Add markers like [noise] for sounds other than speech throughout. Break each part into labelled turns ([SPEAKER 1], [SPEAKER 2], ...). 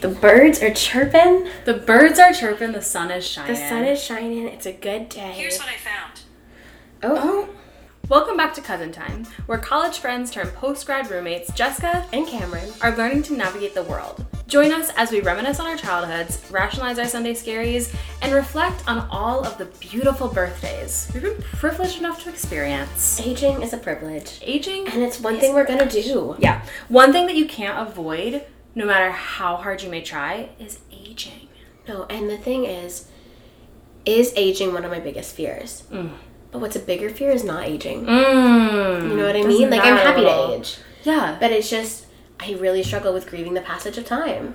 [SPEAKER 1] The birds are chirping.
[SPEAKER 2] The birds are chirping, the sun is shining.
[SPEAKER 1] The sun is shining. It's a good day.
[SPEAKER 3] Here's what I found.
[SPEAKER 1] oh,
[SPEAKER 2] Welcome back to Cousin Time, where college friends turned post grad roommates Jessica
[SPEAKER 1] and Cameron.
[SPEAKER 2] are learning to navigate the world. Join us as we reminisce on our childhoods, rationalize our Sunday scaries, and reflect on all of the beautiful birthdays we've been privileged enough to experience.
[SPEAKER 1] Aging is a privilege.
[SPEAKER 2] Aging
[SPEAKER 1] And it's one thing we're gonna do.
[SPEAKER 2] Yeah. One thing that you can't avoid, no matter how hard you may try, is aging.
[SPEAKER 1] No, and the thing is, is aging one of my biggest fears? But what's a bigger fear is not aging.
[SPEAKER 2] Mmm.
[SPEAKER 1] You know what I mean? Like I'm happy to age,
[SPEAKER 2] Yeah.
[SPEAKER 1] but it's just I really struggle with grieving the passage of time.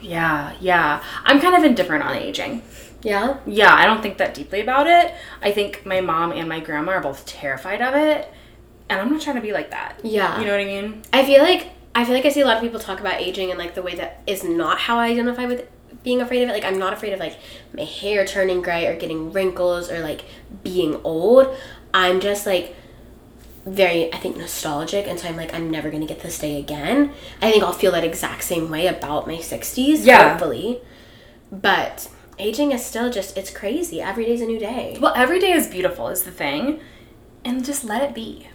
[SPEAKER 2] Yeah, yeah. I'm kind of indifferent on aging.
[SPEAKER 1] Yeah.
[SPEAKER 2] Yeah, I don't think that deeply about it. I think my mom and my grandma are both terrified of it, and I'm not trying to be like that.
[SPEAKER 1] Yeah.
[SPEAKER 2] You know what I mean?
[SPEAKER 1] I feel like I feel like I see a lot of people talk about aging and like the way that is not how I identify with being afraid of it. Like I'm not afraid of like my hair turning gray or getting wrinkles or like being old. I'm just like very I think nostalgic and so I'm like I'm never gonna get this day again. I think I'll feel that exact same way about my sixties,
[SPEAKER 2] Yeah.
[SPEAKER 1] hopefully. But aging is still just it's crazy. Every day's a new day.
[SPEAKER 2] Well, every day is beautiful, is the thing, and just let it be.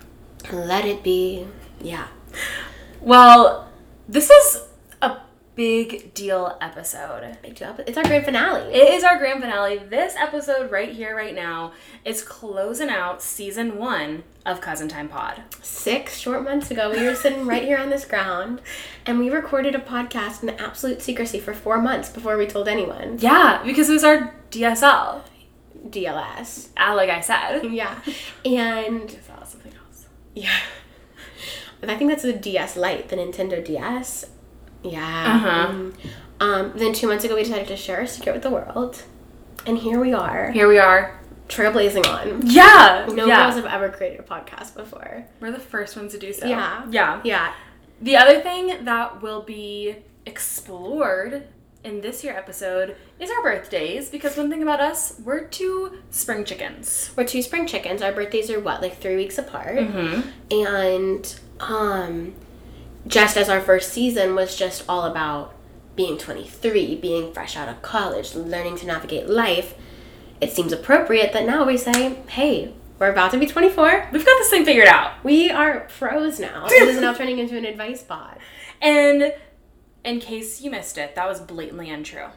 [SPEAKER 1] Let it be. Yeah.
[SPEAKER 2] Well, this is a big deal episode.
[SPEAKER 1] Big deal. It's our grand finale.
[SPEAKER 2] It is our grand finale. This episode right here, right now, is closing out season one of Cousin Time Pod.
[SPEAKER 1] six short months ago, we were sitting right here on this ground and we recorded a podcast in absolute secrecy for four months before we told anyone.
[SPEAKER 2] Yeah, because it was our DSL,
[SPEAKER 1] DLS.
[SPEAKER 2] ah, like I said.
[SPEAKER 1] Yeah. And
[SPEAKER 2] DSL is something else.
[SPEAKER 1] yeah. I think that's the DS Lite, the Nintendo DS. Yeah.
[SPEAKER 2] Uh-huh.
[SPEAKER 1] Mm. Um, then two months ago, we decided to share our secret with the world. And here we are,
[SPEAKER 2] Here we are.
[SPEAKER 1] trailblazing on.
[SPEAKER 2] Yeah.
[SPEAKER 1] No
[SPEAKER 2] yeah.
[SPEAKER 1] girls have ever created a podcast before.
[SPEAKER 2] We're the first ones to do so.
[SPEAKER 1] Yeah.
[SPEAKER 2] Yeah.
[SPEAKER 1] Yeah.
[SPEAKER 2] The other thing that will be explored in this year episode is our birthdays because one thing about us, we're two spring chickens.
[SPEAKER 1] We're two spring chickens. Our birthdays are what, like three weeks apart?
[SPEAKER 2] Mm-hmm.
[SPEAKER 1] and um just as our first season was just all about being 23 being fresh out of college learning to navigate life it seems appropriate that now we say hey we're about to be 24
[SPEAKER 2] We've got this thing figured out.
[SPEAKER 1] we are pros now this
[SPEAKER 2] [laughs]
[SPEAKER 1] is now turning into an advice pod
[SPEAKER 2] And in case you missed it, that was blatantly untrue.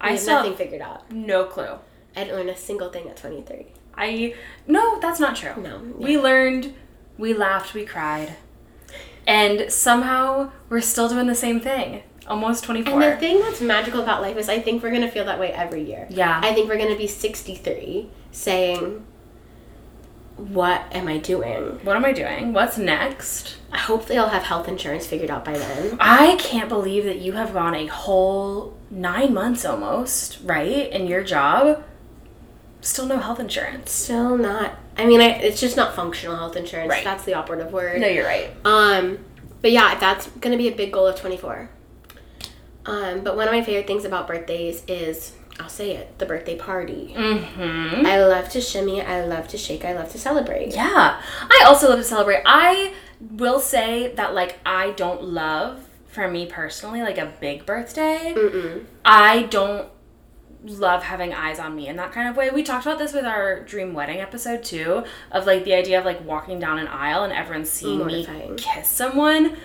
[SPEAKER 1] i
[SPEAKER 2] I
[SPEAKER 1] have
[SPEAKER 2] still
[SPEAKER 1] nothing
[SPEAKER 2] have
[SPEAKER 1] figured out
[SPEAKER 2] no clue.
[SPEAKER 1] i didn't learn a single thing at 23
[SPEAKER 2] I no, that's not true.
[SPEAKER 1] No,
[SPEAKER 2] We learned, we laughed, we cried. And somehow we're still doing the same thing. Almost 24.
[SPEAKER 1] and the thing that's magical about life is i think we're going to feel that way every year
[SPEAKER 2] yeah.
[SPEAKER 1] I think we're gonna be 63 saying, What am I doing?
[SPEAKER 2] what am I doing? What's next?
[SPEAKER 1] Hopefully, I'll have health insurance figured out by then.
[SPEAKER 2] I can't believe that you have gone a whole 9 months almost, right? In your job still no health insurance.
[SPEAKER 1] Still not. I mean, I, it's just not functional health insurance.
[SPEAKER 2] Right.
[SPEAKER 1] That's the operative word.
[SPEAKER 2] No, you're right.
[SPEAKER 1] Um, but yeah, that's gonna be a big goal of 24. Um, but one of my favorite things about birthdays is, I'll say it, the birthday party.
[SPEAKER 2] Mhm.
[SPEAKER 1] I love to shimmy, I love to shake, I love to celebrate.
[SPEAKER 2] Yeah. I also love to celebrate. I will say that, like, I don't love, for me personally, like a big birthday.
[SPEAKER 1] Mm-mm.
[SPEAKER 2] I don't love having eyes on me in that kind of way. We talked about this with our dream wedding episode, too, of like the idea of like walking down an aisle and everyone seeing me
[SPEAKER 1] Mortifying.
[SPEAKER 2] kiss someone.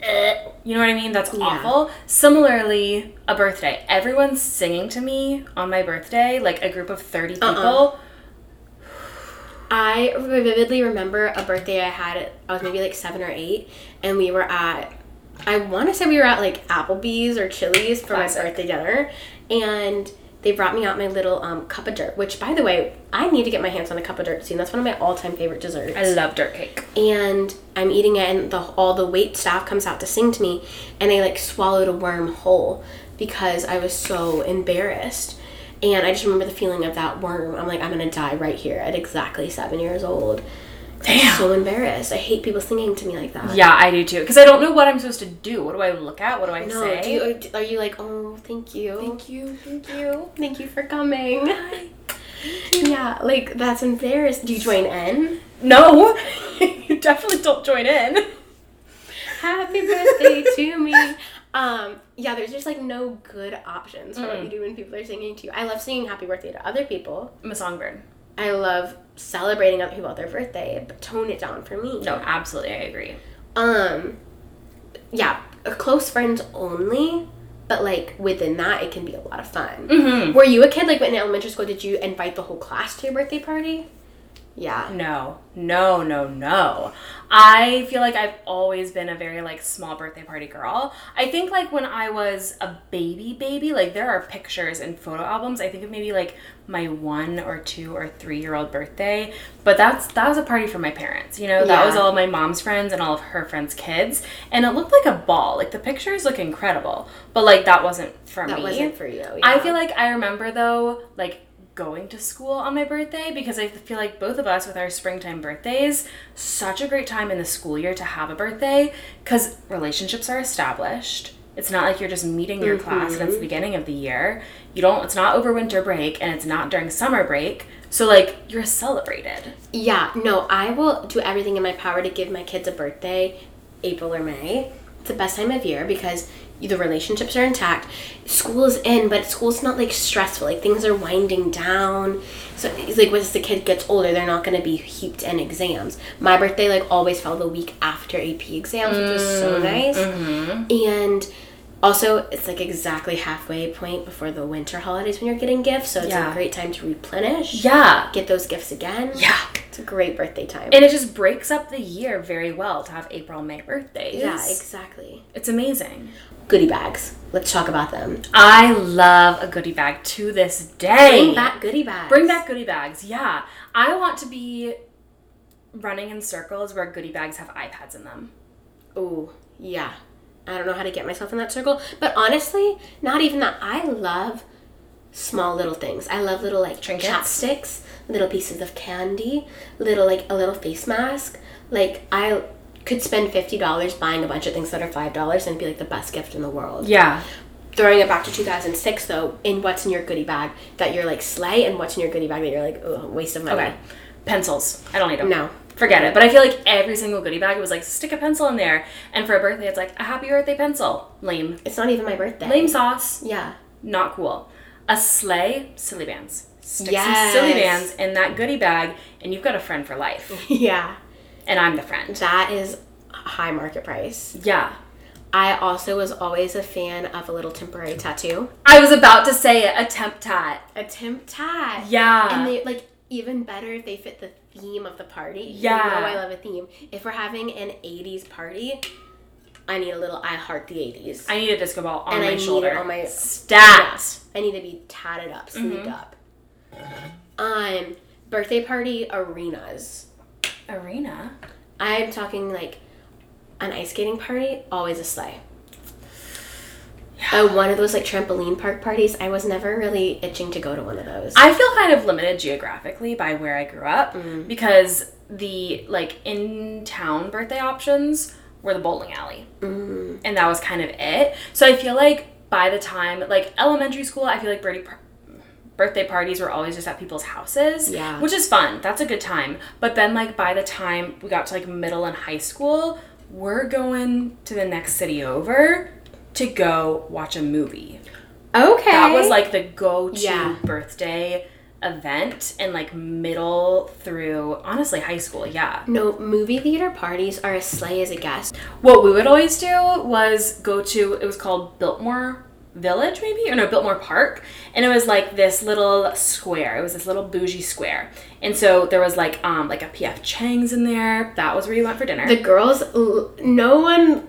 [SPEAKER 2] Eh, You know what I mean? That's
[SPEAKER 1] Yeah.
[SPEAKER 2] awful. Similarly, a birthday. Everyone's singing to me on my birthday, like a group of 30 people.
[SPEAKER 1] Uh-uh. I vividly remember a birthday I had. I was maybe like seven or eight, and we were at. I want to say we were at like Applebee's or Chili's for
[SPEAKER 2] Classic.
[SPEAKER 1] my birthday dinner, and they brought me out my little um, cup of dirt. Which, by the way, I need to get my hands on a cup of dirt soon. That's one of my all-time favorite desserts
[SPEAKER 2] I love dirt cake.
[SPEAKER 1] and I'm eating it, and the, all the wait staff comes out to sing to me, and I like swallowed a worm whole because I was so embarrassed. And I just remember the feeling of that worm. I'm like, I'm gonna die right here at exactly seven years old.
[SPEAKER 2] Damn.
[SPEAKER 1] So embarrassed. I hate people singing to me like that.
[SPEAKER 2] Yeah, I do too. Because I don't know what I'm supposed to do. What do I look at? What do I
[SPEAKER 1] No,
[SPEAKER 2] say?
[SPEAKER 1] do you, are you like, oh, thank you.
[SPEAKER 2] you. Thank you.
[SPEAKER 1] Thank you for coming. Yeah, like that's embarrassed. Do you join in?
[SPEAKER 2] No, [laughs] you definitely don't join in.
[SPEAKER 1] Happy birthday to me. Um, yeah, there's just like no good options for
[SPEAKER 2] Mm.
[SPEAKER 1] what you do when people are singing to you. I love singing happy birthday to other people.
[SPEAKER 2] I'm a songbird.
[SPEAKER 1] I love celebrating other people at their birthday, but tone it down for me.
[SPEAKER 2] No, absolutely, I [laughs] agree.
[SPEAKER 1] Um, yeah, close friends only, but like within that, it can be a lot of fun.
[SPEAKER 2] Mm-hmm.
[SPEAKER 1] Were you a kid like in elementary school? Did you invite the whole class to your birthday party? Yeah.
[SPEAKER 2] No, no, no, no. I feel like I've always been a very like small birthday party girl. I think like when I was a baby baby, like there are pictures and photo albums. I think of maybe like my one or two or three year old birthday. But that's that was a party for my parents, you know? That
[SPEAKER 1] Yeah.
[SPEAKER 2] was all of my mom's friends and all of her friends' kids. And it looked like a ball. Like the pictures look incredible. But like that wasn't for
[SPEAKER 1] That
[SPEAKER 2] me.
[SPEAKER 1] wasn't for you.
[SPEAKER 2] I
[SPEAKER 1] yeah.
[SPEAKER 2] feel like I remember though, like going to school on my birthday because I feel like both of us with our springtime birthdays, such a great time in the school year to have a birthday because relationships are established. It's not like you're just meeting your class and it's the beginning of the year. You don't. It's not over winter break and it's not during summer break. So like you're celebrated.
[SPEAKER 1] Yeah, no, I will do everything in my power to give my kids a birthday, April or May. It's the best time of year because the relationships are intact. School is in, but school's not like stressful. Like things are winding down. So it's like once the kid gets older, they're not going to be heaped in exams. My birthday like always fell the week after AP exams, which was so
[SPEAKER 2] Mm,
[SPEAKER 1] nice.
[SPEAKER 2] mm-hmm.
[SPEAKER 1] And also, it's like exactly halfway point before the winter holidays when you're getting gifts. So it's
[SPEAKER 2] Yeah.
[SPEAKER 1] a great time to replenish.
[SPEAKER 2] Yeah.
[SPEAKER 1] Get those gifts again.
[SPEAKER 2] Yeah.
[SPEAKER 1] It's a great birthday time.
[SPEAKER 2] And it just breaks up the year very well to have April May birthdays.
[SPEAKER 1] yeah, exactly.
[SPEAKER 2] it's amazing.
[SPEAKER 1] Goodie bags. Let's talk about them.
[SPEAKER 2] I love a goodie bag to this day.
[SPEAKER 1] Bring back goodie bags.
[SPEAKER 2] Bring back goodie bags. Yeah. I want to be running in circles where goodie bags have iPads in them.
[SPEAKER 1] Oh, yeah. I don't know how to get myself in that circle, but honestly, not even that. I love small little things. I love little like
[SPEAKER 2] Trinkets?
[SPEAKER 1] chapsticks, little pieces of candy, little like a little face mask. Like I could spend fifty dollars buying a bunch of things that are five dollars and it'd be like the best gift in the world.
[SPEAKER 2] Yeah.
[SPEAKER 1] Throwing it back to 2006 though, in what's in your goodie bag that you're like slay, and what's in your goodie bag that you're like oh waste of money.
[SPEAKER 2] Okay. Pencils. I don't need them.
[SPEAKER 1] No.
[SPEAKER 2] Forget it. But I feel like every single goodie bag was like, stick a pencil in there. And for a birthday, it's like, a happy birthday pencil. Lame.
[SPEAKER 1] It's not even my birthday.
[SPEAKER 2] Lame sauce.
[SPEAKER 1] Yeah.
[SPEAKER 2] Not cool. A sleigh. Silly bands. Stick
[SPEAKER 1] Yes.
[SPEAKER 2] some silly bands in that goodie bag, and you've got a friend for life.
[SPEAKER 1] [laughs] Yeah.
[SPEAKER 2] and I'm the friend.
[SPEAKER 1] That is high market price.
[SPEAKER 2] Yeah.
[SPEAKER 1] I also was always a fan of a little temporary tattoo.
[SPEAKER 2] I was about to say it. A temp tat.
[SPEAKER 1] A temp tat.
[SPEAKER 2] Yeah.
[SPEAKER 1] And they like even better if they fit the theme of the party.
[SPEAKER 2] Yeah.
[SPEAKER 1] You know I love a theme. If we're having an 80s party, I need a little I heart the 80s. I,
[SPEAKER 2] I need a disco ball on
[SPEAKER 1] And
[SPEAKER 2] my
[SPEAKER 1] I need it
[SPEAKER 2] shoulder.
[SPEAKER 1] on my-
[SPEAKER 2] stat.
[SPEAKER 1] need to be tatted up, sleeved up. Um birthday party arenas.
[SPEAKER 2] Arena.
[SPEAKER 1] I'm talking like an ice skating party, always a sleigh. Uh, one of those like trampoline park parties. I was never really itching to go to one of those.
[SPEAKER 2] I feel kind of limited geographically by where I grew up because the like in town birthday options were the bowling alley. And that was kind of it. So I feel like by the time like elementary school, I feel like birthday par- birthday parties were always just at people's houses,
[SPEAKER 1] Yeah.
[SPEAKER 2] which is fun. That's a good time. But then like by the time we got to like middle and high school, we're going to the next city over to go watch a movie.
[SPEAKER 1] okay,
[SPEAKER 2] That was like the go to
[SPEAKER 1] Yeah.
[SPEAKER 2] birthday event in like middle through honestly high school, yeah.
[SPEAKER 1] no movie theater parties are a sleigh as a guest.
[SPEAKER 2] What we would always do was go to it was called Biltmore Village maybe or no Biltmore Park and it was like this little square. It was this little bougie square. And so there was like um like a PF Chang's in there. That was where you went for dinner.
[SPEAKER 1] The girls, l- no one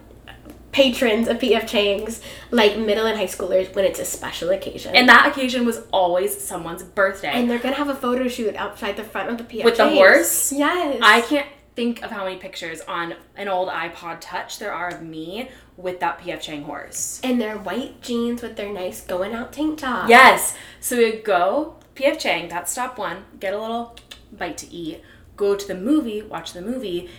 [SPEAKER 1] patrons of PF Chang's like middle and high schoolers when it's a special occasion,
[SPEAKER 2] and that occasion was always someone's birthday.
[SPEAKER 1] And they're gonna have a photo shoot outside the front of the PF
[SPEAKER 2] With the
[SPEAKER 1] Chang's.
[SPEAKER 2] horse?
[SPEAKER 1] Yes,
[SPEAKER 2] I can't think of how many pictures on an old iPod Touch there are of me with that PF Chang horse.
[SPEAKER 1] and their white jeans with their nice going out tank top.
[SPEAKER 2] Yes. So we would go PF Chang, that's stop one, get a little bite to eat, go to the movie, watch the movie,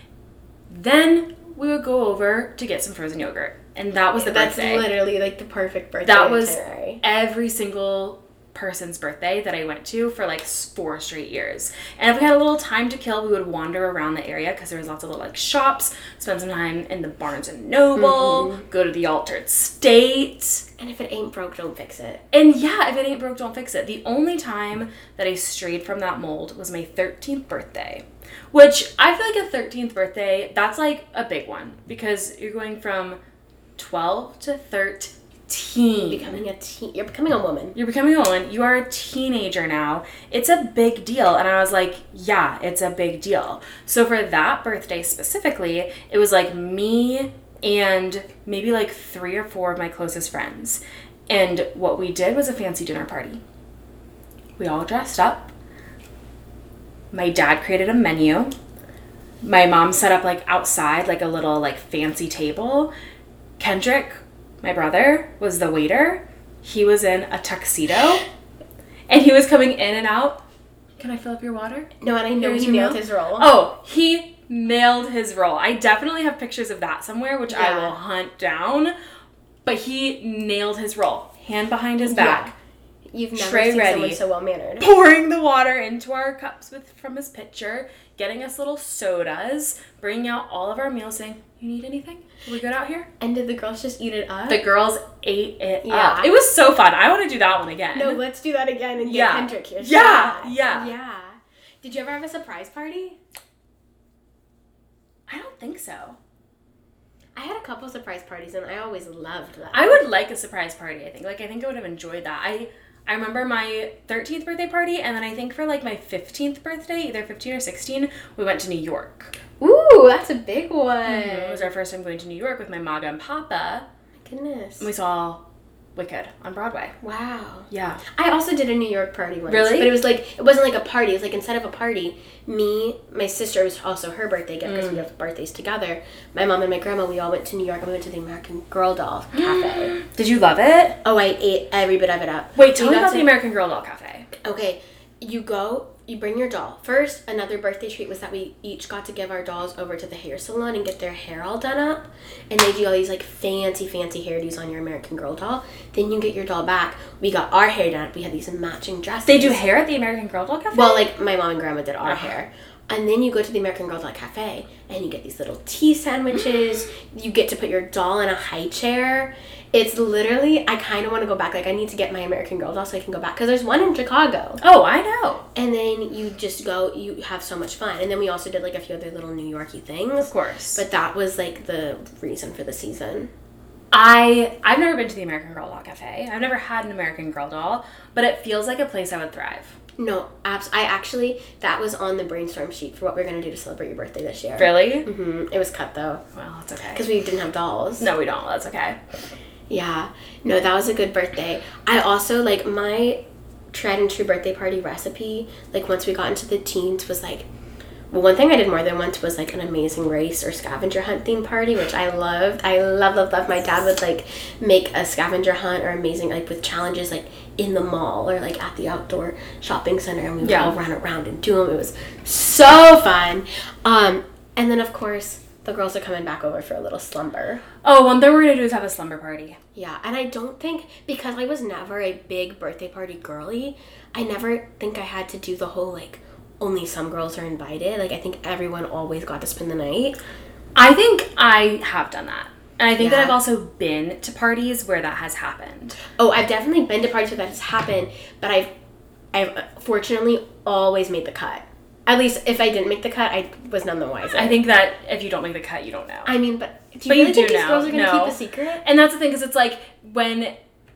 [SPEAKER 2] then we would go over to get some frozen yogurt. And that was the
[SPEAKER 1] That's
[SPEAKER 2] birthday.
[SPEAKER 1] literally like the perfect birthday.
[SPEAKER 2] That was
[SPEAKER 1] itinerary.
[SPEAKER 2] every single person's birthday that I went to for like s- four straight years. And if we had a little time to kill, we would wander around the area because there was lots of little like shops, spend some time in the Barnes and Noble, go to the Altered State.
[SPEAKER 1] And if it ain't broke, don't fix it.
[SPEAKER 2] And yeah, if it ain't broke, don't fix it. The only time that I strayed from that mold was my 13th birthday, which I feel like a 13th birthday, that's like a big one because you're going from 12 to 13.
[SPEAKER 1] Becoming a teen, you're becoming a woman.
[SPEAKER 2] You're becoming a woman. You are a teenager now. It's a big deal. And I was like, yeah, it's a big deal. So for that birthday specifically, it was like me and maybe like three or four of my closest friends. And what we did was a fancy dinner party. We all dressed up. My dad created a menu. My mom set up like outside, like a little like fancy table. Kendrick, my brother, was the waiter. He was in a tuxedo and he was coming in and out. Can I fill up your water?
[SPEAKER 1] No, and I know
[SPEAKER 2] Here's
[SPEAKER 1] he
[SPEAKER 2] your
[SPEAKER 1] nailed
[SPEAKER 2] meal.
[SPEAKER 1] his role.
[SPEAKER 2] Oh, he nailed his role. I definitely have pictures of that somewhere, which I
[SPEAKER 1] Yeah.
[SPEAKER 2] will hunt down. But he nailed his role. Hand behind his back. [laughs]
[SPEAKER 1] You've never
[SPEAKER 2] Tray
[SPEAKER 1] seen
[SPEAKER 2] ready.
[SPEAKER 1] someone so well mannered.
[SPEAKER 2] pouring the water into our cups with from his pitcher, getting us little sodas, bringing out all of our meals, saying, "You need anything? Are we good out here?"
[SPEAKER 1] And did the girls just eat it up?
[SPEAKER 2] The girls ate it up.
[SPEAKER 1] Yeah.
[SPEAKER 2] It was so fun. I want to do that one again.
[SPEAKER 1] no, let's do that again and
[SPEAKER 2] Yeah.
[SPEAKER 1] get Kendrick here.
[SPEAKER 2] Yeah,
[SPEAKER 1] Shut up.
[SPEAKER 2] yeah.
[SPEAKER 1] Yeah. Did you ever have a surprise party?
[SPEAKER 2] I don't think so.
[SPEAKER 1] I had a couple surprise parties and I always loved that.
[SPEAKER 2] I would like a surprise party. I think. Like I think I would have enjoyed that. I I remember my 13th birthday party, and then I think for like my 15th birthday, either 15 or 16, we went to New York.
[SPEAKER 1] Ooh, that's a big one.
[SPEAKER 2] It was our first time going to New York with my mom and papa,
[SPEAKER 1] Goodness.
[SPEAKER 2] and we saw Wicked on Broadway.
[SPEAKER 1] Wow.
[SPEAKER 2] Yeah.
[SPEAKER 1] I also did a New York party once.
[SPEAKER 2] Really?
[SPEAKER 1] But it was like it wasn't like a party. It was like instead of a party, me, my sister it was also her birthday gift
[SPEAKER 2] Mm.
[SPEAKER 1] because we have birthdays together. My mom and my grandma, we all went to New York and we went to the American Girl
[SPEAKER 2] [gasps]
[SPEAKER 1] Doll Cafe.
[SPEAKER 2] Did you love it?
[SPEAKER 1] oh, I ate every bit of it up.
[SPEAKER 2] Wait, tell
[SPEAKER 1] We
[SPEAKER 2] me
[SPEAKER 1] got
[SPEAKER 2] about
[SPEAKER 1] to-
[SPEAKER 2] the American Girl Doll Cafe.
[SPEAKER 1] Okay, you go. You bring your doll. First, another birthday treat was that we each got to give our dolls over to the hair salon and get their hair all done up. And they do all these like fancy, fancy hairdos on your American Girl doll. Then you get your doll back. We got our hair done up. We had these matching dresses.
[SPEAKER 2] They do hair at the American Girl Doll Cafe?
[SPEAKER 1] Well, like my mom and grandma did
[SPEAKER 2] Uh-huh.
[SPEAKER 1] our hair. And then you go to the American Girl Doll Cafe and you get these little tea
[SPEAKER 2] [gasps]
[SPEAKER 1] sandwiches. you get to put your doll in a high chair. It's literally, I kind of want to go back. Like, I need to get my American Girl doll so I can go back. Because there's one in Chicago.
[SPEAKER 2] oh, I know.
[SPEAKER 1] And then you just go, you have so much fun. And then we also did like a few other little New Yorky
[SPEAKER 2] Of
[SPEAKER 1] things.
[SPEAKER 2] course. But
[SPEAKER 1] But that was like the reason for the season.
[SPEAKER 2] I I've never been to the American Girl Doll Cafe. I've never had an American Girl doll, but it feels like a place I would thrive.
[SPEAKER 1] No, abs- I actually, that was on the brainstorm sheet for what we're going to do to celebrate your birthday this year.
[SPEAKER 2] Really?
[SPEAKER 1] hmm It was cut though,
[SPEAKER 2] Well, it's okay.
[SPEAKER 1] because we didn't have dolls.
[SPEAKER 2] No, we don't. That's okay.
[SPEAKER 1] Yeah. No, that was a good birthday. I also like my tried and true birthday party recipe, like once we got into the teens was like well, one thing I did more than once was like an amazing race or scavenger hunt theme party, which I loved. I love, love, love. My dad would like make a scavenger hunt or amazing like with challenges like in the mall or like at the outdoor shopping center, and we would
[SPEAKER 2] Yeah.
[SPEAKER 1] all run around and do them. It was so fun. Um, and then of course the girls are coming back over for a little slumber.
[SPEAKER 2] Oh, one thing we're gonna do is have a slumber party.
[SPEAKER 1] Yeah, and I don't think because I was never a big birthday party girly, I never think I had to do the whole like only some girls are invited. Like I think everyone always got to spend the night.
[SPEAKER 2] I think I have done that. And I think that
[SPEAKER 1] Yeah.
[SPEAKER 2] I've also been to parties where that has happened.
[SPEAKER 1] Oh, I've definitely been to parties where that has happened, but I've I've uh, fortunately always made the cut. At least if I didn't make the cut, I was none the wiser.
[SPEAKER 2] I think that if you don't make the cut, you don't know.
[SPEAKER 1] I mean, but do you
[SPEAKER 2] But you
[SPEAKER 1] really think
[SPEAKER 2] do
[SPEAKER 1] these
[SPEAKER 2] now.
[SPEAKER 1] girls are gonna
[SPEAKER 2] No.
[SPEAKER 1] keep a secret?
[SPEAKER 2] And that's the thing, because it's like when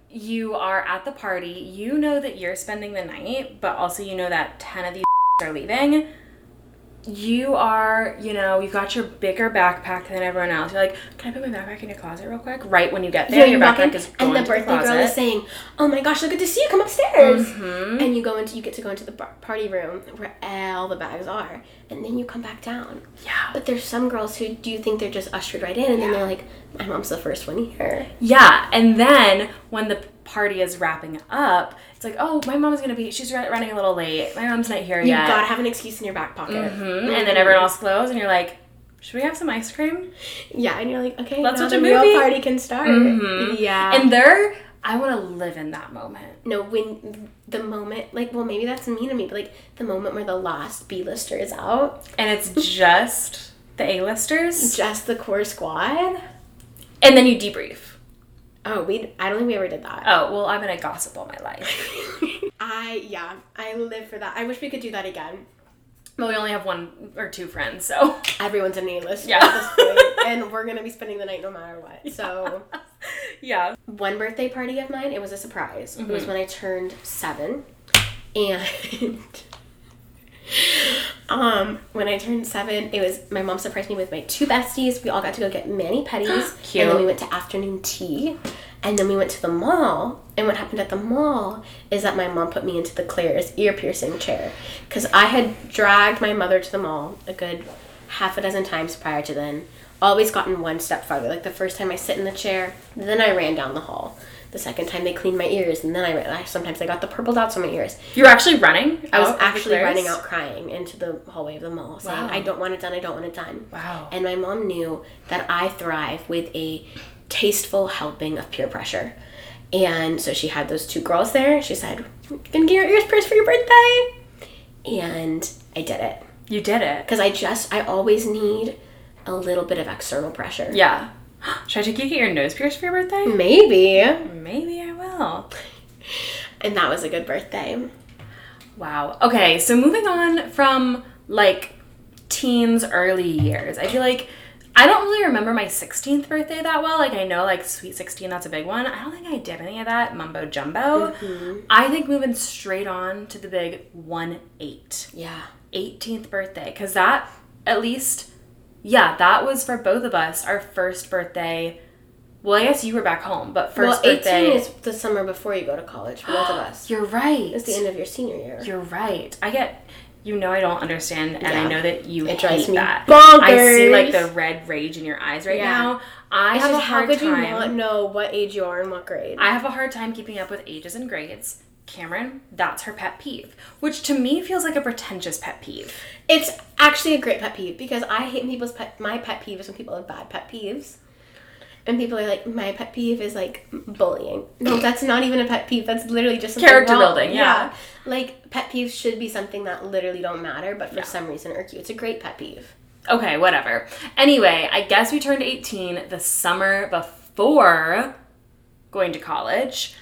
[SPEAKER 2] you are at the party, you know that you're spending the night, but also you [laughs] know that 10 of these are leaving. You are, you know, you've got your bigger backpack than everyone else. You're like, can I put my backpack in your closet real quick? Right when you get there,
[SPEAKER 1] you
[SPEAKER 2] your
[SPEAKER 1] walk in,
[SPEAKER 2] backpack is
[SPEAKER 1] and
[SPEAKER 2] going
[SPEAKER 1] the
[SPEAKER 2] to
[SPEAKER 1] birthday
[SPEAKER 2] the
[SPEAKER 1] girl is
[SPEAKER 2] closet. Mm-hmm.
[SPEAKER 1] saying, "Oh my gosh, so good to see you! Come upstairs." And you go into you get to go into the bar- party room where all the bags are, and then you come back down.
[SPEAKER 2] yeah.
[SPEAKER 1] But there's some girls who do think they're just ushered right in, and then they're like, "My mom's the first one here."
[SPEAKER 2] Yeah. And then when the party is wrapping up, it's like, oh, my mom's going to be, she's run- running a little late. My mom's not here
[SPEAKER 1] You
[SPEAKER 2] yet.
[SPEAKER 1] gotta have an excuse in your back pocket.
[SPEAKER 2] Mhm. And then everyone else goes, and you're like, should we have some ice cream?
[SPEAKER 1] Yeah, and you're like, "Okay,
[SPEAKER 2] Let's
[SPEAKER 1] now
[SPEAKER 2] watch
[SPEAKER 1] the
[SPEAKER 2] a
[SPEAKER 1] real
[SPEAKER 2] movie." Mm-hmm.
[SPEAKER 1] party can start." Yeah,
[SPEAKER 2] And they're, I want to live in that moment.
[SPEAKER 1] No, when the moment, like, well, maybe that's mean of me, but like the moment where the last B lister is out,
[SPEAKER 2] And it's just the A-listers.
[SPEAKER 1] just the core squad.
[SPEAKER 2] And then you debrief.
[SPEAKER 1] Oh, we, I don't think we ever did
[SPEAKER 2] [laughs]
[SPEAKER 1] that.
[SPEAKER 2] Oh, well, I'm going to gossip all my life.
[SPEAKER 1] I, yeah, I live for that. I wish we could do that again.
[SPEAKER 2] But we only have one or two friends, so. [laughs]
[SPEAKER 1] Everyone's an A lister
[SPEAKER 2] Yeah.
[SPEAKER 1] at this
[SPEAKER 2] [laughs]
[SPEAKER 1] point, and we're gonna be spending the night no matter what. So,
[SPEAKER 2] Yeah. Mm-hmm.
[SPEAKER 1] one birthday party of mine, it was a surprise. It was when I turned seven. And [laughs] um, when I turned seven, it was my mom surprised me with my two besties. We all got to go get mani pedis. And
[SPEAKER 2] Cute.
[SPEAKER 1] then we went to afternoon tea. And then we went to the mall. And what happened at the mall is that my mom put me into the Claire's ear piercing chair. Because I had dragged my mother to the mall a good half a dozen times prior to then. Always gotten one step farther. Like the first time I sit in the chair, then I ran down the hall. The second time they cleaned my ears, and then I ran. I, sometimes I got the purple dots on my ears.
[SPEAKER 2] You're actually running?
[SPEAKER 1] I was
[SPEAKER 2] out of the
[SPEAKER 1] actually
[SPEAKER 2] Oh, Claire's?
[SPEAKER 1] running out crying into the hallway of the mall saying,
[SPEAKER 2] Wow.
[SPEAKER 1] I don't want it done, I don't want it done.
[SPEAKER 2] Wow.
[SPEAKER 1] And my mom knew that I thrive with a tasteful helping of peer pressure. And so she had those two girls there. She said, You can get your ears pierced for your birthday. And I did it.
[SPEAKER 2] You did it.
[SPEAKER 1] Because I just, I always need a little bit of external pressure.
[SPEAKER 2] Yeah. [gasps] Should I take you to get your nose pierced for your birthday?
[SPEAKER 1] Maybe.
[SPEAKER 2] Maybe I will.
[SPEAKER 1] And that was a good birthday.
[SPEAKER 2] Wow. Okay, so moving on from like teens, early years, I feel like I don't really remember my 16th birthday that well. Like, I know, like, sweet 16, that's a big one. I don't think I did any of that mumbo jumbo. I think moving straight on to the big 1 8.
[SPEAKER 1] Yeah.
[SPEAKER 2] 18th birthday because that at least yeah that was for both of us our first birthday well i guess you were back home but
[SPEAKER 1] well,
[SPEAKER 2] first
[SPEAKER 1] 18
[SPEAKER 2] birthday
[SPEAKER 1] is the summer before you go to college for
[SPEAKER 2] [gasps]
[SPEAKER 1] both of us.
[SPEAKER 2] you're right
[SPEAKER 1] It's the end of your senior year.
[SPEAKER 2] you're right i get you know i don't understand and i
[SPEAKER 1] Yeah.
[SPEAKER 2] know that you
[SPEAKER 1] It
[SPEAKER 2] hate
[SPEAKER 1] drives me
[SPEAKER 2] that
[SPEAKER 1] bonkers.
[SPEAKER 2] i see like the red rage in your eyes right
[SPEAKER 1] Yeah.
[SPEAKER 2] now i have
[SPEAKER 1] Just
[SPEAKER 2] a hard
[SPEAKER 1] how could
[SPEAKER 2] time
[SPEAKER 1] you not know what age you are and what grade?
[SPEAKER 2] I have a hard time keeping up with ages and grades. Cameron, that's her pet peeve, which to me feels like a pretentious pet peeve.
[SPEAKER 1] It's actually a great pet peeve because I hate when people's pet. My pet peeve is when people have bad pet peeves, and people are like, "My pet peeve is like bullying."
[SPEAKER 2] [clears throat]
[SPEAKER 1] No, that's not even a pet peeve. That's literally just something
[SPEAKER 2] Character
[SPEAKER 1] wrong.
[SPEAKER 2] building, yeah.
[SPEAKER 1] like pet peeves should be something that literally don't matter, but for some reason irk you. It's a great pet peeve.
[SPEAKER 2] Okay, whatever. Anyway, I guess we turned 18 the summer before going to college.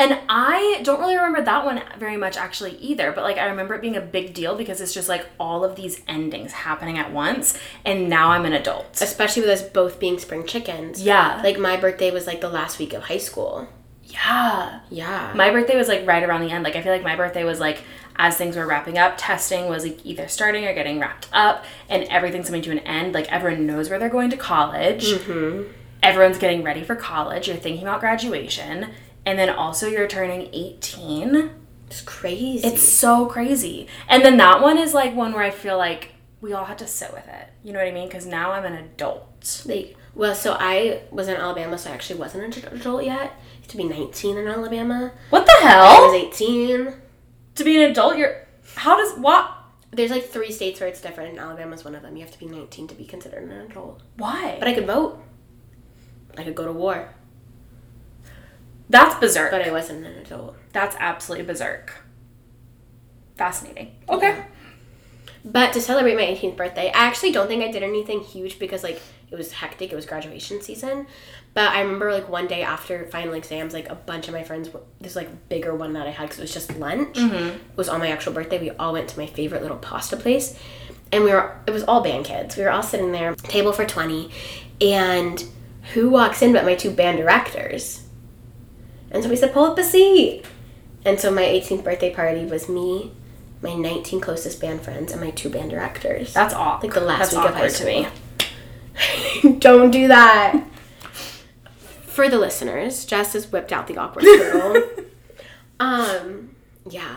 [SPEAKER 2] And I don't really remember that one very much actually either, but like I remember it being a big deal because it's just like all of these endings happening at once and now I'm an adult.
[SPEAKER 1] Especially with us both being spring chickens.
[SPEAKER 2] Yeah.
[SPEAKER 1] Like my birthday was like the last week of high school.
[SPEAKER 2] yeah.
[SPEAKER 1] Yeah.
[SPEAKER 2] My birthday was like right around the end. Like I feel like my birthday was like as things were wrapping up, testing was like either starting or getting wrapped up, and everything's coming to an end. Like everyone knows where they're going to college. Mm-hmm. Everyone's getting ready for college. You're thinking about graduation, and then also you're turning 18.
[SPEAKER 1] it's crazy.
[SPEAKER 2] It's so crazy. And then that one is like one where I feel like we all had to sit with it. You know what I mean? Because now I'm an adult.
[SPEAKER 1] Like, well, so I was in Alabama, so I actually wasn't an adult yet. You have to be 19 in Alabama.
[SPEAKER 2] What the
[SPEAKER 1] I
[SPEAKER 2] hell?
[SPEAKER 1] was 18.
[SPEAKER 2] To be an adult, you're. How does what?
[SPEAKER 1] There's like three states where it's different, and Alabama's one of them. You have to be 19 to be considered an adult.
[SPEAKER 2] Why?
[SPEAKER 1] But I could vote. I could go to war,
[SPEAKER 2] That's bizarre.
[SPEAKER 1] but I wasn't an adult.
[SPEAKER 2] That's absolutely berserk. Fascinating. Okay.
[SPEAKER 1] But to celebrate my 18th birthday, I actually don't think I did anything huge because like it was hectic. It was graduation season. But I remember like one day after final exams, like a bunch of my friends, this like bigger one that I had because it was just lunch, was on my actual birthday. We all went to my favorite little pasta place, and we were it was all band kids. We were all sitting there, table for 20, and who walks in but my two band directors? And so we said, pull up a seat. And so my 18th birthday party was me, my 19 closest band friends, and my two band directors.
[SPEAKER 2] That's awful.
[SPEAKER 1] like the last
[SPEAKER 2] That's
[SPEAKER 1] week of high
[SPEAKER 2] awkward to
[SPEAKER 1] school. [laughs]
[SPEAKER 2] me.
[SPEAKER 1] Don't do that. For the listeners, Jess has whipped out the [laughs] awkward turtle. um, yeah.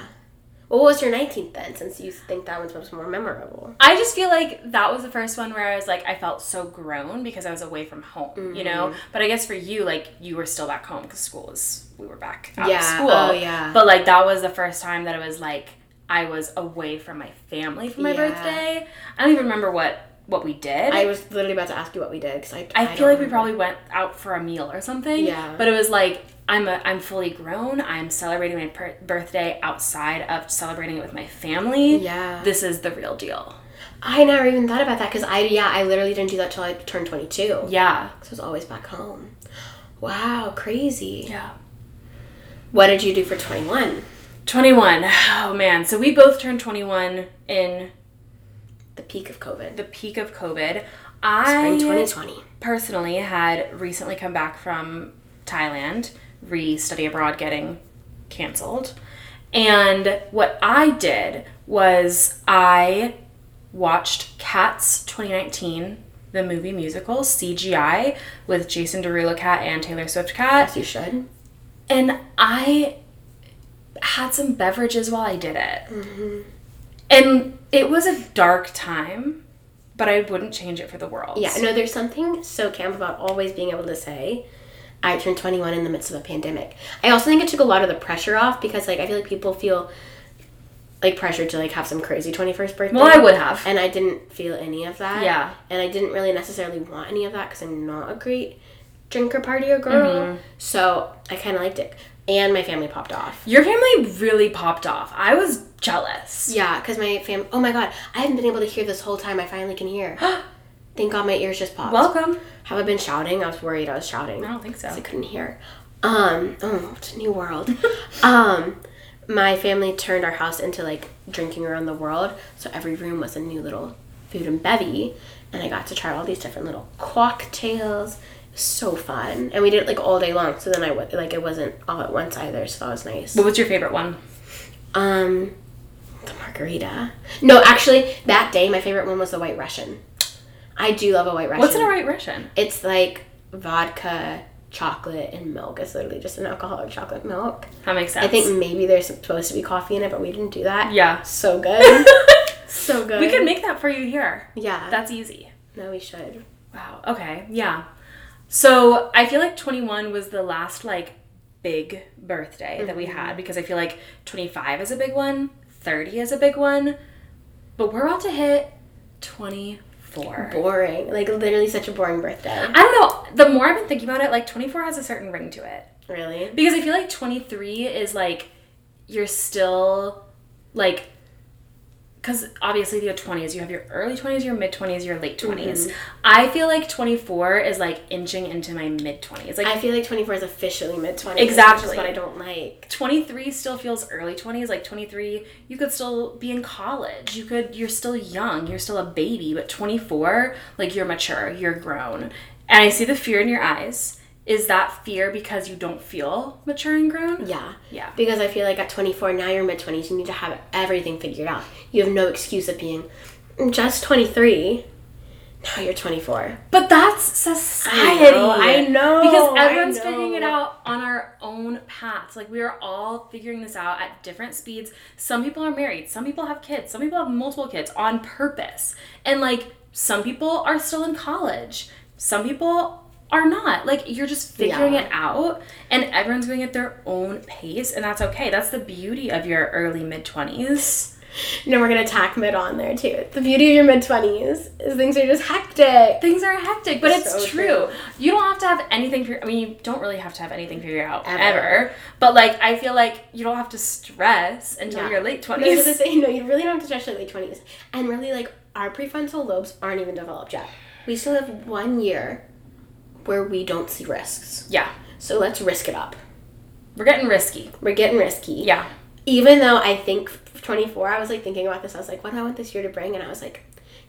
[SPEAKER 1] Well, what was your 19th then, since you think that one's most more memorable?
[SPEAKER 2] I just feel like that was the first one where I was like, I felt so grown because I was away from home,
[SPEAKER 1] Mm-hmm.
[SPEAKER 2] you know? But I guess for you, like, you were still back home because school was, we were back out of
[SPEAKER 1] Yeah.
[SPEAKER 2] school.
[SPEAKER 1] Oh, yeah.
[SPEAKER 2] But like, that was the first time that it was like, I was away from my family for my
[SPEAKER 1] Yeah.
[SPEAKER 2] birthday. I don't even remember what what we did.
[SPEAKER 1] I
[SPEAKER 2] I,
[SPEAKER 1] was literally about to ask you what we did because I, don't
[SPEAKER 2] feel like we
[SPEAKER 1] remember.
[SPEAKER 2] probably went out for a meal or something.
[SPEAKER 1] Yeah.
[SPEAKER 2] But it was like I'm a I'm fully grown. I'm celebrating my per- birthday outside of celebrating it with my family.
[SPEAKER 1] Yeah.
[SPEAKER 2] This is the real deal.
[SPEAKER 1] I never even thought about that because I yeah I literally didn't do that till I turned twenty two.
[SPEAKER 2] Yeah.
[SPEAKER 1] I was always back home. Wow, crazy.
[SPEAKER 2] Yeah.
[SPEAKER 1] What did you do for twenty one?
[SPEAKER 2] 21. Oh man. So we both turned 21 in
[SPEAKER 1] The peak of COVID.
[SPEAKER 2] the peak of COVID. I
[SPEAKER 1] Spring twenty twenty.
[SPEAKER 2] personally had recently come back from Thailand, re study abroad getting canceled. And what I did was I watched Cats 2019, the movie musical, CGI, with Jason Derulo Cat and Taylor Swift Cat.
[SPEAKER 1] As you should.
[SPEAKER 2] And I had some beverages while I did it. And it was a dark time, but I wouldn't change it for the world.
[SPEAKER 1] Yeah, no, there's something so camp about always being able to say, I turned 21 in the midst of a pandemic. I also think it took a lot of the pressure off because, like, I feel like people feel like pressured to like have some crazy 21st birthday.
[SPEAKER 2] Well, I would have.
[SPEAKER 1] And I didn't feel any of that.
[SPEAKER 2] Yeah.
[SPEAKER 1] And I didn't really necessarily want any of that because I'm not a great drinker, party or girl.
[SPEAKER 2] Mm-hmm.
[SPEAKER 1] So I kind of liked it. And my family popped off.
[SPEAKER 2] Your family really popped off. I was jealous.
[SPEAKER 1] Yeah, because my fam. Oh my god, I haven't been able to hear this whole time. I finally can hear. [gasps] Thank God my ears just popped.
[SPEAKER 2] Welcome.
[SPEAKER 1] Have I been shouting? I was worried I was shouting.
[SPEAKER 2] I don't think so.
[SPEAKER 1] 'cause I couldn't hear. Um, oh, it's a new
[SPEAKER 2] [laughs]
[SPEAKER 1] world. um, my family turned our house into like drinking around the world, so every room was a new little food and bevy, and I got to try all these different little cocktails. It was so fun, and we did it like all day long. So then I wa- like it wasn't all at once either, so that was nice.
[SPEAKER 2] What was your favorite one?
[SPEAKER 1] Um, the margarita. No, actually, that day my favorite one was the White Russian. I do love a White Russian.
[SPEAKER 2] What's in a right Russian?
[SPEAKER 1] It's like vodka, chocolate, and milk. It's literally just an alcoholic chocolate milk.
[SPEAKER 2] That makes sense.
[SPEAKER 1] I think maybe there's supposed to be coffee in it, but we didn't do that.
[SPEAKER 2] Yeah.
[SPEAKER 1] So
[SPEAKER 2] [laughs]
[SPEAKER 1] good. so good.
[SPEAKER 2] we can make that for you here.
[SPEAKER 1] Yeah.
[SPEAKER 2] That's easy.
[SPEAKER 1] no, we should.
[SPEAKER 2] Wow. Okay. Yeah. So I feel like 21 was the last like big birthday that we had because I feel like 25 is a big one, 30 is a big one, but we're about to hit 24.
[SPEAKER 1] Boring. Like, literally such a boring birthday.
[SPEAKER 2] I don't know. The more I've been thinking about it, like 24 has a certain ring to it.
[SPEAKER 1] Really?
[SPEAKER 2] Because I feel like 23 is like you're still like because obviously your 20s you have your early 20s your mid 20s your late 20s i feel like 24 is like inching into my mid 20s like
[SPEAKER 1] I feel like 24 is officially mid 20s. which is
[SPEAKER 2] Exactly.
[SPEAKER 1] what I don't like.
[SPEAKER 2] 23 still feels early 20s like 23 you could still be in college you could you're still young you're still a baby but 24 like you're mature you're grown and i see the fear in your eyes is that fear because you don't feel mature and grown
[SPEAKER 1] Yeah.
[SPEAKER 2] Yeah.
[SPEAKER 1] Because I feel like at 24, now you're mid 20s, you need to have everything figured out. You have no excuse of being "I'm just 23. Now you're 24.
[SPEAKER 2] But that's society.
[SPEAKER 1] I know,
[SPEAKER 2] Because
[SPEAKER 1] I
[SPEAKER 2] everyone's
[SPEAKER 1] know.
[SPEAKER 2] figuring it out on our own paths. Like we are all figuring this out at different speeds. Some people are married, some people have kids, some people have multiple kids on purpose. And like some people are still in college. Some people are not. Like you're just figuring
[SPEAKER 1] Yeah.
[SPEAKER 2] it out and everyone's going at their own pace and that's okay. That's the beauty of your early mid 20s.
[SPEAKER 1] No, we're gonna tack mid on there too. The beauty of your mid twenties is things are just hectic.
[SPEAKER 2] things are hectic, but it's
[SPEAKER 1] So
[SPEAKER 2] true.
[SPEAKER 1] true.
[SPEAKER 2] You don't have to have anything. For, I mean, you don't really have to have anything figured out ever.
[SPEAKER 1] Ever.
[SPEAKER 2] But like, I feel like you don't have to stress until
[SPEAKER 1] Yeah.
[SPEAKER 2] your late
[SPEAKER 1] No, I was gonna
[SPEAKER 2] twenties.
[SPEAKER 1] say, no, you really don't have to stretch your late twenties, and really like our prefrontal lobes aren't even developed yet. We still have one year where we don't see risks,
[SPEAKER 2] [laughs] Yeah,
[SPEAKER 1] so let's risk it up.
[SPEAKER 2] we're getting risky.
[SPEAKER 1] We're getting risky.
[SPEAKER 2] Yeah,
[SPEAKER 1] Even though I think twenty four, I was like thinking about this. I was like, what do I want this year to bring? And I was like,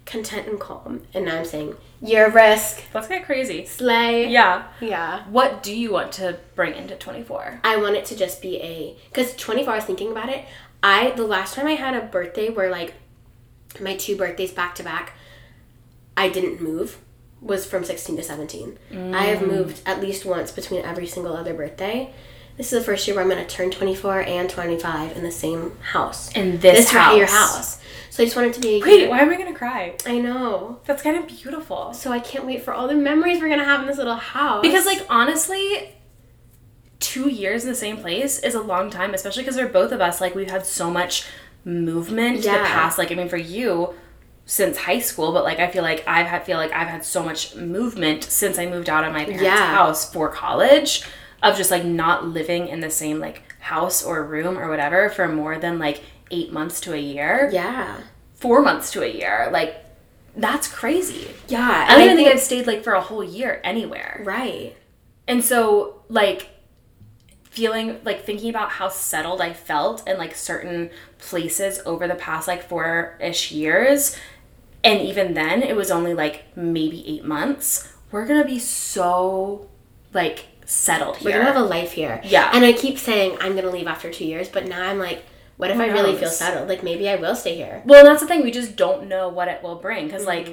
[SPEAKER 1] content and calm. And now I'm saying year of risk,
[SPEAKER 2] let's get crazy.
[SPEAKER 1] slay.
[SPEAKER 2] Yeah.
[SPEAKER 1] Yeah.
[SPEAKER 2] What do you want to bring into twenty four?
[SPEAKER 1] I want it to just be a because 24 I was thinking about it. I the last time I had a birthday where like my two birthdays back to back, I didn't move was from 16 to 17. I have
[SPEAKER 2] Mm.
[SPEAKER 1] moved at least once between every single other birthday. This is the first year where I'm going to turn 24 and 25 in the same house.
[SPEAKER 2] In this
[SPEAKER 1] right- your
[SPEAKER 2] house.
[SPEAKER 1] house. So I just want it to be a
[SPEAKER 2] Wait,
[SPEAKER 1] year-
[SPEAKER 2] why am I gonna cry?
[SPEAKER 1] I know.
[SPEAKER 2] That's kind of beautiful.
[SPEAKER 1] So I can't wait for all the memories we're going to have in this little house.
[SPEAKER 2] Because like honestly. Two years in the same place is a long time, especially because for both of us, like we've had so much movement to
[SPEAKER 1] Yeah.
[SPEAKER 2] the past. Like, I mean, for you, since high school, but like I feel like I've had feel like I've had so much movement since I moved out of my parents'
[SPEAKER 1] Yeah.
[SPEAKER 2] house for college of just like not living in the same like house or room or whatever for more than like 8 months to a year,
[SPEAKER 1] Yeah.
[SPEAKER 2] 4 months to a year. Like that's crazy.
[SPEAKER 1] Yeah.
[SPEAKER 2] I don't even think I've stayed like for a whole year anywhere.
[SPEAKER 1] right.
[SPEAKER 2] And so, like, feeling like thinking about how settled I felt in like certain places over the past like four ish years, and even then, it was only like maybe eight months. We're gonna be so like settled
[SPEAKER 1] We're
[SPEAKER 2] here.
[SPEAKER 1] gonna have a life here.
[SPEAKER 2] Yeah.
[SPEAKER 1] And I keep saying I'm gonna leave after two years, but now I'm like, what if I really feel
[SPEAKER 2] knows?
[SPEAKER 1] settled? Like maybe I will stay here.
[SPEAKER 2] well, and that's the thing. We just don't know what it will bring because, like,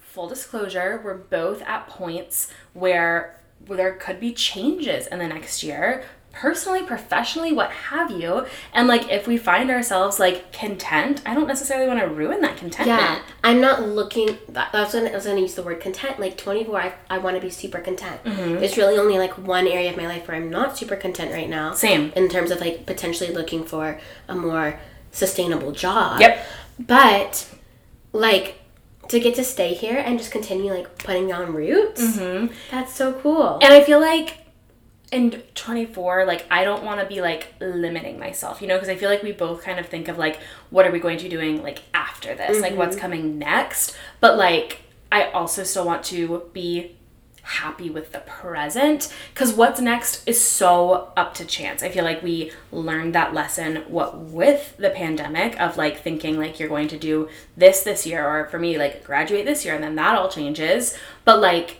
[SPEAKER 2] full disclosure, we're both at points where, where there could be changes in the next year, personally, professionally, what have you. And like, if we find ourselves like content, I don't necessarily want to ruin that contentment.
[SPEAKER 1] Yeah, I'm not looking. That, that's when I was gonna use the word content. Like 24, I, I want to be super content.
[SPEAKER 2] Mm-hmm.
[SPEAKER 1] There's really only like one area of my life where I'm not super content right now.
[SPEAKER 2] Same.
[SPEAKER 1] in terms of like potentially looking for a more sustainable job.
[SPEAKER 2] Yep.
[SPEAKER 1] But like to get to stay here and just continue like putting down roots.
[SPEAKER 2] Mm-hmm.
[SPEAKER 1] That's so cool.
[SPEAKER 2] And I feel like in 24, like I don't want to be like limiting myself, you know, because I feel like we both kind of think of like, what are we going to be doing like after this? Like, what's coming next? But like, I also still want to be happy with the present because what's next is so up to chance. I feel like we learned that lesson what with the pandemic of like thinking like you're going to do this this year or for me like graduate this year and then that all changes, but like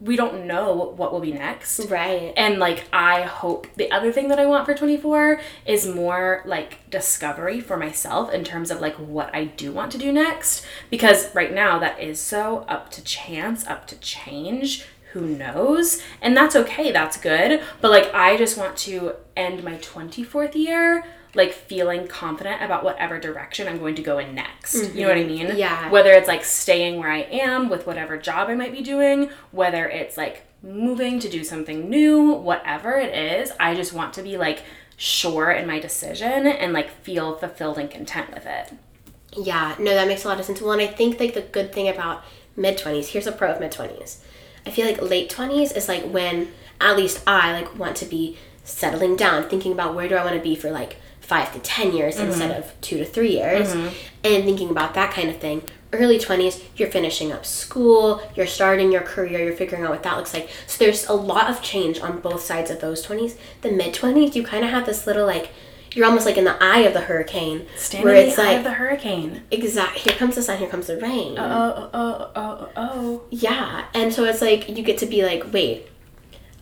[SPEAKER 2] we don't know what will be next.
[SPEAKER 1] right.
[SPEAKER 2] And like I hope the other thing that I want for 24 is more like discovery for myself in terms of like what I do want to do next because right now that is so up to chance, up to change, who knows? And that's okay, that's good, but like I just want to end my 24th year like feeling confident about whatever direction I'm going to go in next. You know what I mean?
[SPEAKER 1] Yeah.
[SPEAKER 2] Whether it's like staying where I am with whatever job I might be doing, whether it's like moving to do something new, whatever it is, I just want to be like sure in my decision and like feel fulfilled and content with it.
[SPEAKER 1] Yeah, no, that makes a lot of sense. Well, and I think like the good thing about mid twenties, here's a pro of mid twenties. I feel like late twenties is like when at least I like want to be settling down, thinking about where do I want to be for like five to ten years
[SPEAKER 2] Mm-hmm.
[SPEAKER 1] instead of two to three years, and thinking about that kind of thing. Early twenties, you're finishing up school, you're starting your career, you're figuring out what that looks like. So there's a lot of change on both sides of those twenties. The mid twenties, you kind of have this little like. You're almost like in the eye of the hurricane,
[SPEAKER 2] Stand
[SPEAKER 1] where
[SPEAKER 2] in the
[SPEAKER 1] it's
[SPEAKER 2] eye
[SPEAKER 1] like
[SPEAKER 2] of the hurricane.
[SPEAKER 1] Exactly. Here comes the sun. Here comes the rain.
[SPEAKER 2] Oh, oh, oh, oh,
[SPEAKER 1] Yeah, and so it's like you get to be like, wait,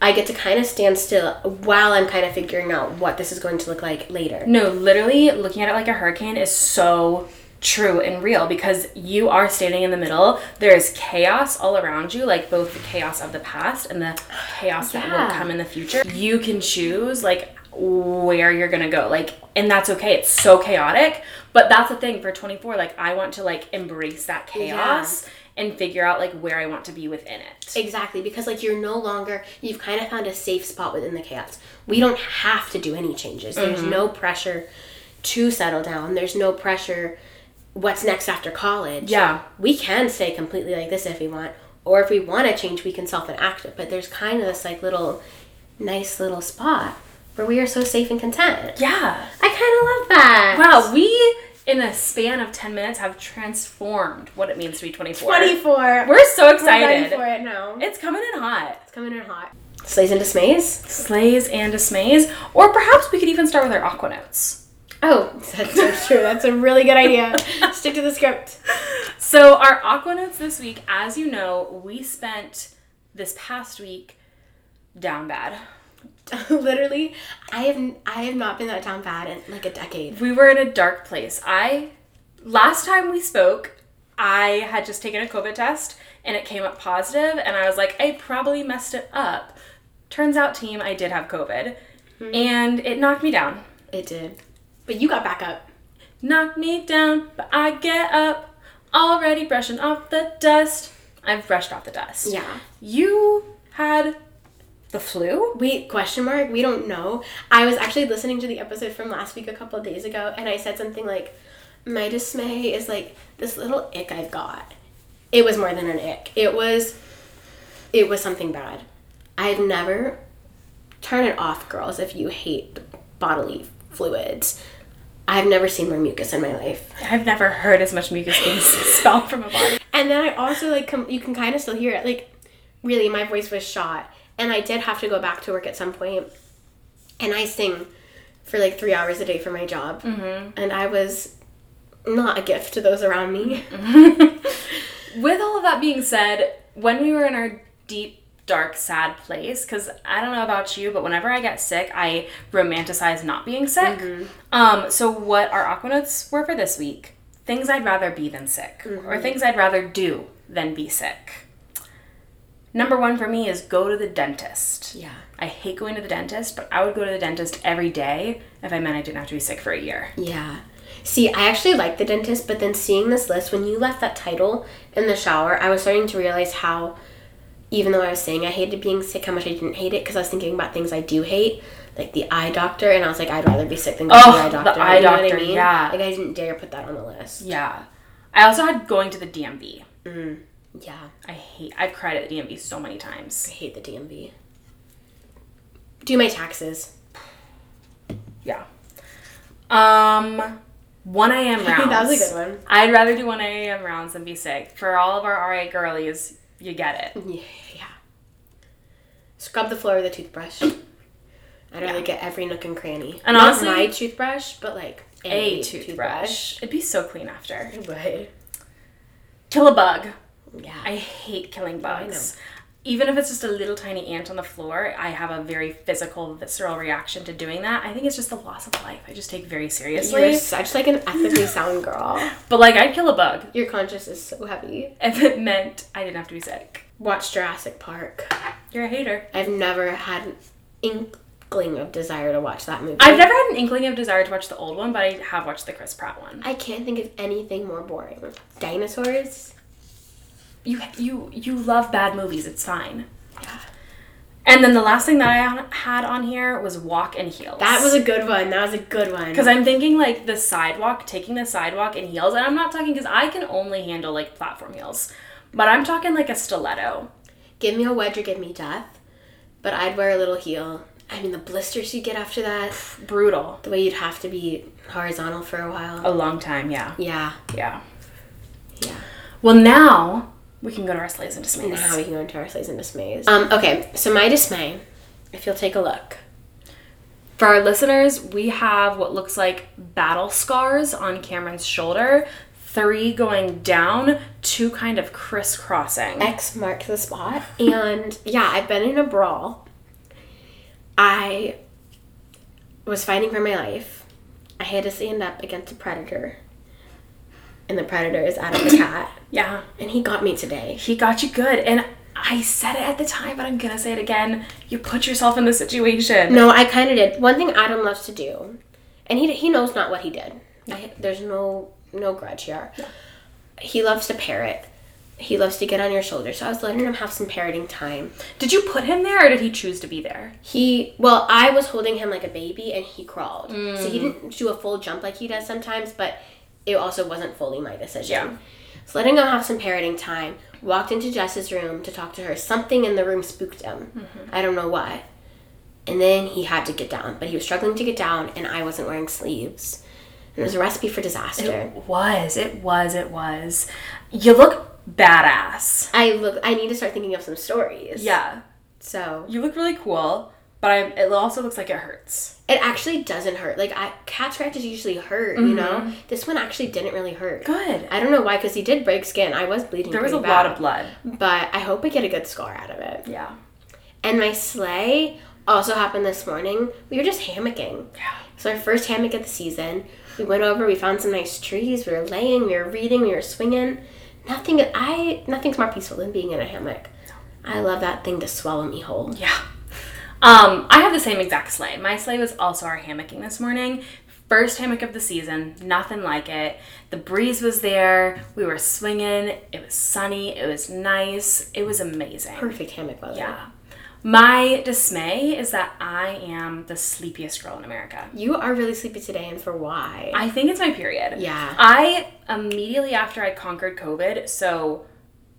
[SPEAKER 1] I get to kind of stand still while I'm kind of figuring out what this is going to look like later.
[SPEAKER 2] No, literally looking at it like a hurricane is so true and real because you are standing in the middle. There is chaos all around you, like both the chaos of the past and the chaos that will
[SPEAKER 1] Yeah.
[SPEAKER 2] come in the future. You can choose like where you're going to go. Like and that's okay. It's so chaotic, but that's the thing for 24 like I want to like embrace that chaos and figure out like where I want to be within it.
[SPEAKER 1] Exactly, because like you're no longer, you've kind of found a safe spot within the chaos. We don't have to do any changes. There's
[SPEAKER 2] Mm-hmm.
[SPEAKER 1] no pressure to settle down, there's no pressure what's next after college.
[SPEAKER 2] Yeah.
[SPEAKER 1] we can stay completely like this if we want, or if we want to change, we can self and act it. But there's kind of this like little, nice little spot where we are so safe and content.
[SPEAKER 2] Yeah.
[SPEAKER 1] I kind of love that.
[SPEAKER 2] Wow, we in a span of 10 minutes have transformed what it means to be 24.
[SPEAKER 1] 24.
[SPEAKER 2] We're so
[SPEAKER 1] ready
[SPEAKER 2] excited.
[SPEAKER 1] for it now.
[SPEAKER 2] It's coming in hot.
[SPEAKER 1] It's coming in hot. Slays into smays.
[SPEAKER 2] Slays and dismays. Or perhaps we could even start with our aquanauts.
[SPEAKER 1] Oh, [laughs] that's so true. That's a really good idea. Stick to the script. [laughs]
[SPEAKER 2] So, our aquanauts this week, as you know, we spent this past week down bad.
[SPEAKER 1] Literally, I have I have not been that down bad in like a decade.
[SPEAKER 2] We were in a dark place. I, last time we spoke, I had just taken a COVID test and it came up positive, and I was like, I probably messed it up. Turns out, team, I did have COVID,
[SPEAKER 1] Hmm.
[SPEAKER 2] and it knocked me down.
[SPEAKER 1] It did, but you got back up.
[SPEAKER 2] Knock me down, but I get up. Already brushing off the dust. I've brushed off the dust.
[SPEAKER 1] Yeah.
[SPEAKER 2] You had the flu?
[SPEAKER 1] Wait, question mark? We don't know. I was actually listening to the episode from last week a couple of days ago, and I said something like, my dismay is like this little ick I've got. It was more than an ick. It was it was something bad. I've never turn it off, girls, if you hate bodily fluids. I've never seen more mucus in my life.
[SPEAKER 2] I've never heard as much mucus being [laughs] spelled from a body.
[SPEAKER 1] And then I also like com- you can kind of still hear it. Like really my voice was shot and I did have to go back to work at some point. And I sing for like 3 hours a day for my job. And I was not a gift to those around me.
[SPEAKER 2] With all of that being said, when we were in our deep, dark, sad place, because I don't know about you, but whenever I get sick, I romanticize not being sick. Um, so, what our aquanuts were for this week things I'd rather be than sick, or things I'd rather do than be sick. Number one for me is go to the dentist.
[SPEAKER 1] Yeah.
[SPEAKER 2] I hate going to the dentist, but I would go to the dentist every day if I meant I didn't have to be sick for a year.
[SPEAKER 1] Yeah. See, I actually like the dentist, but then seeing this list, when you left that title in the shower, I was starting to realize how, even though I was saying I hated being sick, how much I didn't hate it because I was thinking about things I do hate, like the eye doctor, and I was like, I'd rather be sick than go
[SPEAKER 2] Oh,
[SPEAKER 1] to the eye
[SPEAKER 2] the
[SPEAKER 1] doctor.
[SPEAKER 2] eye
[SPEAKER 1] you know
[SPEAKER 2] doctor,
[SPEAKER 1] what I mean?
[SPEAKER 2] yeah.
[SPEAKER 1] Like, I didn't dare put that on the list.
[SPEAKER 2] Yeah. I also had going to the DMV. Mm.
[SPEAKER 1] Yeah.
[SPEAKER 2] I hate. I've cried at the DMV so many times.
[SPEAKER 1] I hate the DMV. Do my taxes.
[SPEAKER 2] Yeah. Um, 1 [laughs] a.m.
[SPEAKER 1] [laughs]
[SPEAKER 2] rounds.
[SPEAKER 1] that was a good
[SPEAKER 2] I'd rather do 1 a.m. rounds than be sick. For all of our RA girlies, you get it.
[SPEAKER 1] one. Yeah. yeah. Scrub the floor with a toothbrush. I'd rather get every nook and cranny.
[SPEAKER 2] And
[SPEAKER 1] Not
[SPEAKER 2] honestly-
[SPEAKER 1] my toothbrush, but like
[SPEAKER 2] A toothbrush. It'd be so clean after.
[SPEAKER 1] It [laughs] would.
[SPEAKER 2] Kill a bug.
[SPEAKER 1] Yeah.
[SPEAKER 2] I hate killing bugs. Even if it's just a little tiny ant on the floor, I have a very physical, visceral reaction to doing that. I think it's just the loss of life. I just take very seriously.
[SPEAKER 1] You're such like an
[SPEAKER 2] [laughs]
[SPEAKER 1] ethically sound girl.
[SPEAKER 2] But like, I'd kill a bug
[SPEAKER 1] Your conscience is so heavy.
[SPEAKER 2] if it meant I didn't have to be sick.
[SPEAKER 1] Watch Jurassic Park.
[SPEAKER 2] You're a hater.
[SPEAKER 1] I've never had an inkling of desire to watch that movie.
[SPEAKER 2] I've never had an inkling of desire to watch the old one, but I have watched the Chris Pratt one.
[SPEAKER 1] I can't think of anything more boring. Dinosaurs.
[SPEAKER 2] You you you love bad movies. It's fine.
[SPEAKER 1] Yeah.
[SPEAKER 2] And then the last thing that I on- had on here was walk in heels.
[SPEAKER 1] That was a good one. That was a good one.
[SPEAKER 2] because I'm thinking like the sidewalk, taking the sidewalk in heels, and I'm not talking because I can only handle like platform heels, but I'm talking like a stiletto.
[SPEAKER 1] give me a wedge or give me death, but I'd wear a little heel. I mean, the blisters you get after that,
[SPEAKER 2] Brutal.
[SPEAKER 1] the way you'd have to be horizontal for a while.
[SPEAKER 2] A long time. Yeah.
[SPEAKER 1] Yeah,
[SPEAKER 2] Yeah.
[SPEAKER 1] yeah.
[SPEAKER 2] Well, now we can go to our slays and dismays.
[SPEAKER 1] Now we can go into our slays and dismays. Um, okay, so my dismay, if you'll take a look.
[SPEAKER 2] For our listeners, we have what looks like battle scars on Cameron's shoulder, three going down, two kind of crisscrossing.
[SPEAKER 1] X marks the spot. [laughs] And yeah, I've been in a brawl. I was fighting for my life. I had to stand up against a predator. And the predator is Adam [coughs] the cat.
[SPEAKER 2] Yeah,
[SPEAKER 1] And he got me today.
[SPEAKER 2] he got you good. And I said it at the time, but I'm gonna say it again. You put yourself in the situation.
[SPEAKER 1] No, I kind of did. One thing Adam loves to do, and he, he knows not what he did. I, there's no no grudge here. He loves to parrot. He loves to get on your shoulder. So I was letting him have some parroting time.
[SPEAKER 2] Did you put him there or did he choose to be there?
[SPEAKER 1] He well, I was holding him like a baby, and he crawled. So
[SPEAKER 2] Mm.
[SPEAKER 1] he didn't do a full jump like he does sometimes, but it also wasn't fully my decision.
[SPEAKER 2] Yeah.
[SPEAKER 1] So letting him have some parenting time, walked into Jess's room to talk to her. Something in the room spooked him.
[SPEAKER 2] Mm-hmm.
[SPEAKER 1] I don't know why. And then he had to get down, but he was struggling to get down, and I wasn't wearing sleeves. And it was a recipe for disaster.
[SPEAKER 2] Was, it was, it was. You look badass.
[SPEAKER 1] I look. I need to start thinking of some stories.
[SPEAKER 2] Yeah,
[SPEAKER 1] So
[SPEAKER 2] you look really cool, but I, it also looks like it hurts.
[SPEAKER 1] it actually doesn't hurt. Like I, cat scratches usually hurt.
[SPEAKER 2] Mm-hmm.
[SPEAKER 1] You know, this one actually didn't really hurt.
[SPEAKER 2] Good.
[SPEAKER 1] I don't know why, because he did break skin. I was bleeding.
[SPEAKER 2] There was a
[SPEAKER 1] pretty
[SPEAKER 2] lot
[SPEAKER 1] bad,
[SPEAKER 2] of blood.
[SPEAKER 1] But I hope I get a good scar out of it.
[SPEAKER 2] Yeah.
[SPEAKER 1] And my sleigh also happened this morning. We were just hammocking.
[SPEAKER 2] Yeah.
[SPEAKER 1] So our first hammock of the season. We went over. We found some nice trees. We were laying. We were reading. We were swinging. Nothing. I nothing's more peaceful than being in a hammock. I love that thing to swallow me whole.
[SPEAKER 2] Yeah. Um, I have the same exact sleigh. My sleigh was also our hammocking this morning. First hammock of the season, nothing like it. The breeze was there, we were swinging, it was sunny, it was nice, it was amazing.
[SPEAKER 1] Perfect hammock weather.
[SPEAKER 2] Yeah. My dismay is that I am the sleepiest girl in America.
[SPEAKER 1] You are really sleepy today, and for why?
[SPEAKER 2] I think it's my period.
[SPEAKER 1] Yeah.
[SPEAKER 2] I immediately after I conquered COVID, so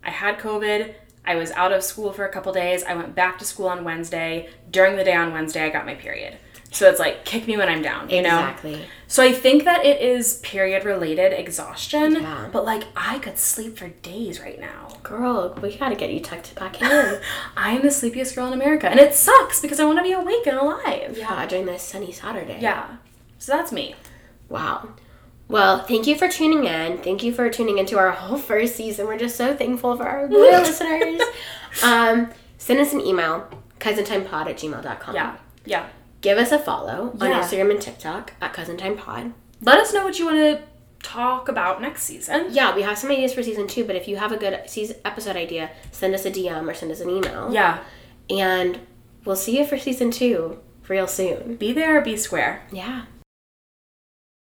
[SPEAKER 2] I had COVID, I was out of school for a couple days, I went back to school on Wednesday. During the day on Wednesday, I got my period. So it's like kick me when I'm down, you know?
[SPEAKER 1] exactly.
[SPEAKER 2] So I think that it is period related exhaustion,
[SPEAKER 1] Yeah.
[SPEAKER 2] but like I could sleep for days right now.
[SPEAKER 1] Girl, we gotta get you tucked back
[SPEAKER 2] [laughs]
[SPEAKER 1] in.
[SPEAKER 2] I am the sleepiest girl in America, and it sucks because I want to be awake and alive.
[SPEAKER 1] yeah, during this sunny Saturday.
[SPEAKER 2] Yeah. So that's me.
[SPEAKER 1] Wow. Well, thank you for tuning in. Thank you for tuning into our [laughs] whole first season. We're just so thankful for our
[SPEAKER 2] [laughs]
[SPEAKER 1] loyal listeners. Um, send us an email, cousintimepod at gmail.com.
[SPEAKER 2] Yeah. Yeah.
[SPEAKER 1] Give us a follow on
[SPEAKER 2] Yeah.
[SPEAKER 1] Instagram and TikTok at cousintimepod.
[SPEAKER 2] Let us know what you want to talk about next season.
[SPEAKER 1] Yeah, we have some ideas for season two, but if you have a good season episode idea, send us a DM or send us an email.
[SPEAKER 2] Yeah.
[SPEAKER 1] And we'll see you for season two real soon.
[SPEAKER 2] Be there or be square.
[SPEAKER 1] Yeah.